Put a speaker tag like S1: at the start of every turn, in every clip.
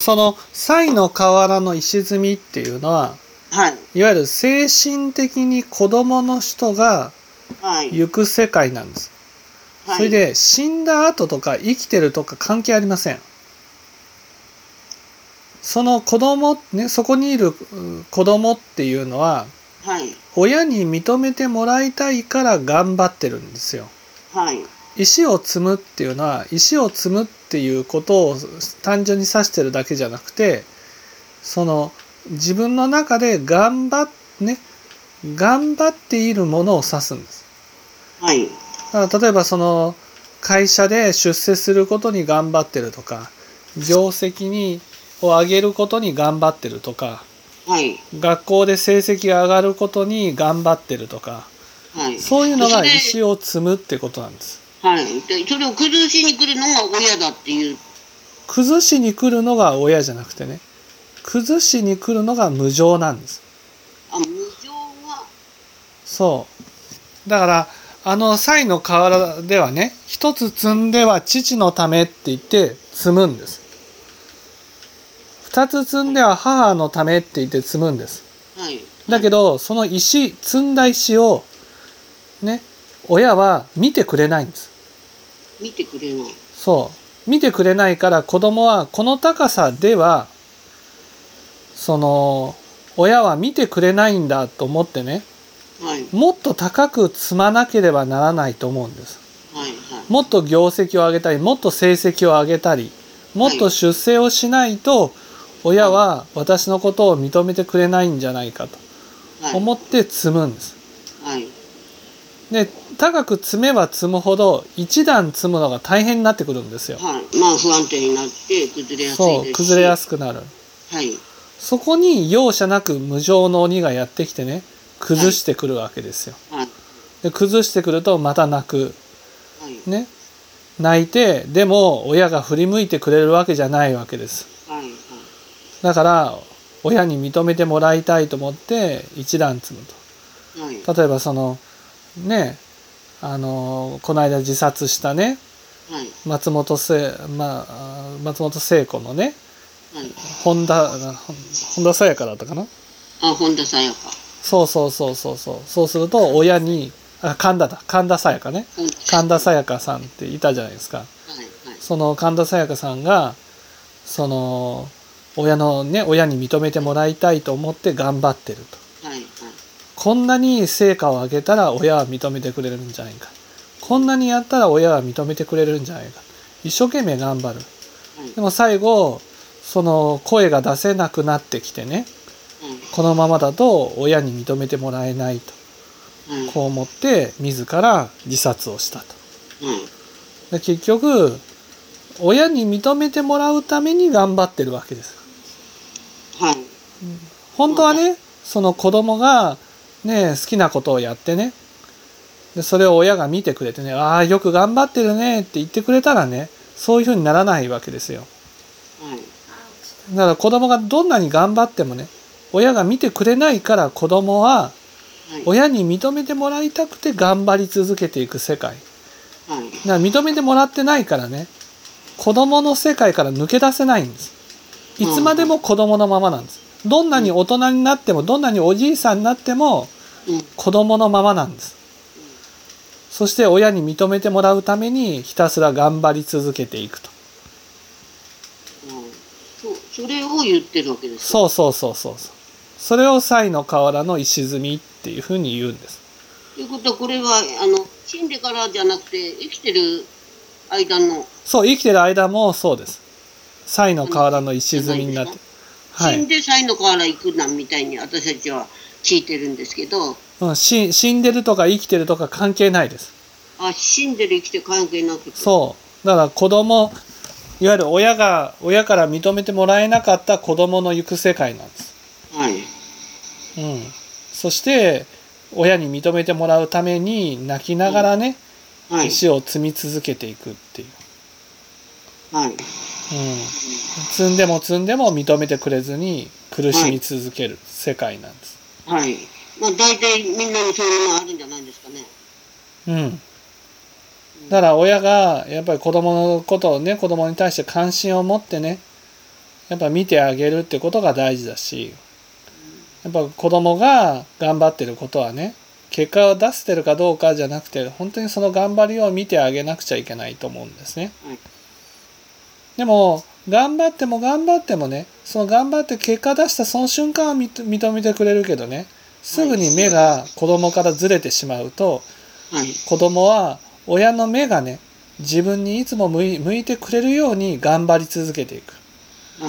S1: その賽の河原の石積みっていうのは
S2: はい。
S1: いわゆる精神的に子供の人が
S2: はい。
S1: 行く世界なんです、
S2: はい、
S1: それで死んだ後とか生きてるとか関係ありませんその子供ねそこにいるうん子供っていうのは
S2: はい。
S1: 親に認めてもらいたいから頑張ってるんですよ
S2: はい。
S1: 石を積むっていうのは石を積むっていうことを単純に指してるだけじゃなくてその自分の中で頑張っね頑張っているものを指すんです。
S2: はい。
S1: だから例えばその会社で出世することに頑張ってるとか業績にを上げることに頑張ってるとか
S2: はい。
S1: 学校で成績が上がることに頑張ってるとか
S2: はい。
S1: そういうのが石を積むってことなんです。
S2: はい。で、それを崩しに来るのが親だっていう。
S1: 崩しに来るのが親じゃなくてね崩しに来るのが無情なんです
S2: あ、無情は。
S1: そうだからあの賽の河原ではね一つ積んでは父のためって言って積むんです二つ積んでは母のためって言って積むんです
S2: はい。
S1: だけどその石積んだ石をね親は見てくれないんです
S2: 見てくれない。
S1: そう見てくれないから子供はこの高さではその親は見てくれないんだと思ってね
S2: はい。
S1: もっと高く積まなければならないと思うんです
S2: はい。はい。
S1: もっと業績を上げたりもっと成績を上げたりもっと出世をしないと親は私のことを認めてくれないんじゃないかと
S2: はい。
S1: 思って積むんです
S2: はい。
S1: で高く積めば積むほど一段積むのが大変になってくるんですよ
S2: はい。まあ、不安定になって、崩れやすい
S1: そ
S2: です
S1: う
S2: し。
S1: 崩れやすくなる
S2: はい。
S1: そこに容赦なく無情の鬼がやってきてね崩してくるわけですよ。
S2: はい。
S1: で崩してくるとまた泣く
S2: はい。
S1: ね泣いてでも親が振り向いてくれるわけじゃないわけです。
S2: はい。はい。
S1: だから親に認めてもらいたいと思って一段積む
S2: はい。
S1: と。例えばそのねあのこの間自殺したね
S2: はい。
S1: 松本聖、まあ、松本聖子のね
S2: はい。
S1: 本田本田沙也加だったかな
S2: あ、本田さやか。
S1: そうそうそうそうそうそうすると親にあ神田だ神田沙也加ね
S2: 本田
S1: 神田沙
S2: や
S1: 也加さんっていたじゃないですか
S2: か。はい。はい。
S1: その神田沙也加さんがその親のね親に認めてもらいたいと思って頑張ってると
S2: はい。はい。
S1: こんなに成果を上げたら親は認めてくれるんじゃないかこんなにやったら親は認めてくれるんじゃないか一生懸命頑張る
S2: はい。
S1: でも最後その声が出せなくなってきてねこのままだと親に認めてもらえないと
S2: はい。
S1: こう思って自ら自殺をしたと。
S2: はい。
S1: で結局親に認めてもらうために頑張ってるわけです。
S2: はい。
S1: 本当はねその子供がね好きなことをやってねでそれを親が見てくれてね「ああよく頑張ってるね」って言ってくれたらねそういうふうにならないわけですよ。
S2: はい。
S1: だから子供がどんなに頑張ってもね親が見てくれないから子供は
S2: はい。
S1: 親に認めてもらいたくて頑張り続けていく世界。
S2: はい。
S1: だから認めてもらってないからね子供の世界から抜け出せないんですいつまでも子供のままなんですどんなに大人になってもどんなにおじいさんになっても
S2: うん。
S1: 子供のままなんですそして親に認めてもらうためにひたすら頑張り続けていくと
S2: うんそうそれを言ってるわけです。
S1: そううそうそうそうそうそれを才の河原の石積みっていうふうに言うんです
S2: ということはこれはあの死んでからじゃなくて生きてる間の、
S1: そう生きてる間もそうです才の河原の石積みになっては
S2: 死
S1: い
S2: ん、で才の河原行くなみたいに私たちは聞いてるんですけど
S1: うん、し死んでるとか生きてるとか関係ないです
S2: あ死んでる生きて関係なくて
S1: そうだから子供いわゆる親が親から認めてもらえなかった子供の行く世界なんです、
S2: はい
S1: うん、そして親に認めてもらうために泣きながらね、
S2: はい
S1: 石を積み続けていくっていう、
S2: はい
S1: うん、積んでも積んでも認めてくれずに苦しみ続ける世界なんです、
S2: はいまあ大体みんなにそういうものあるんじゃないですかね
S1: うん、だから親がやっぱり子供のことをね子供に対して関心を持ってねやっぱ見てあげるってことが大事だしやっぱ子供が頑張ってることはね結果を出せてるかどうかじゃなくて本当にその頑張りを見てあげなくちゃいけないと思うんですね
S2: はい。
S1: でも頑張っても頑張ってもねその頑張って結果出したその瞬間は認認めてくれるけどねすぐに目が子供からずれてしまうと、
S2: はい。
S1: 子供は親の目がね自分にいつも向い向いてくれるように頑張り続けていく
S2: は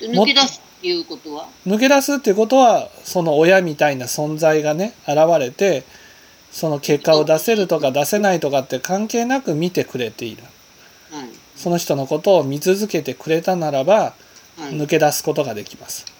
S2: い。で
S1: も
S2: 抜け出すっていうことは
S1: 抜け出すっていうことはその親みたいな存在がね現れてその結果を出せるとか出せないとかって関係なく見てくれている
S2: はい。
S1: その人のことを見続けてくれたならば
S2: はい。
S1: 抜け出すことができます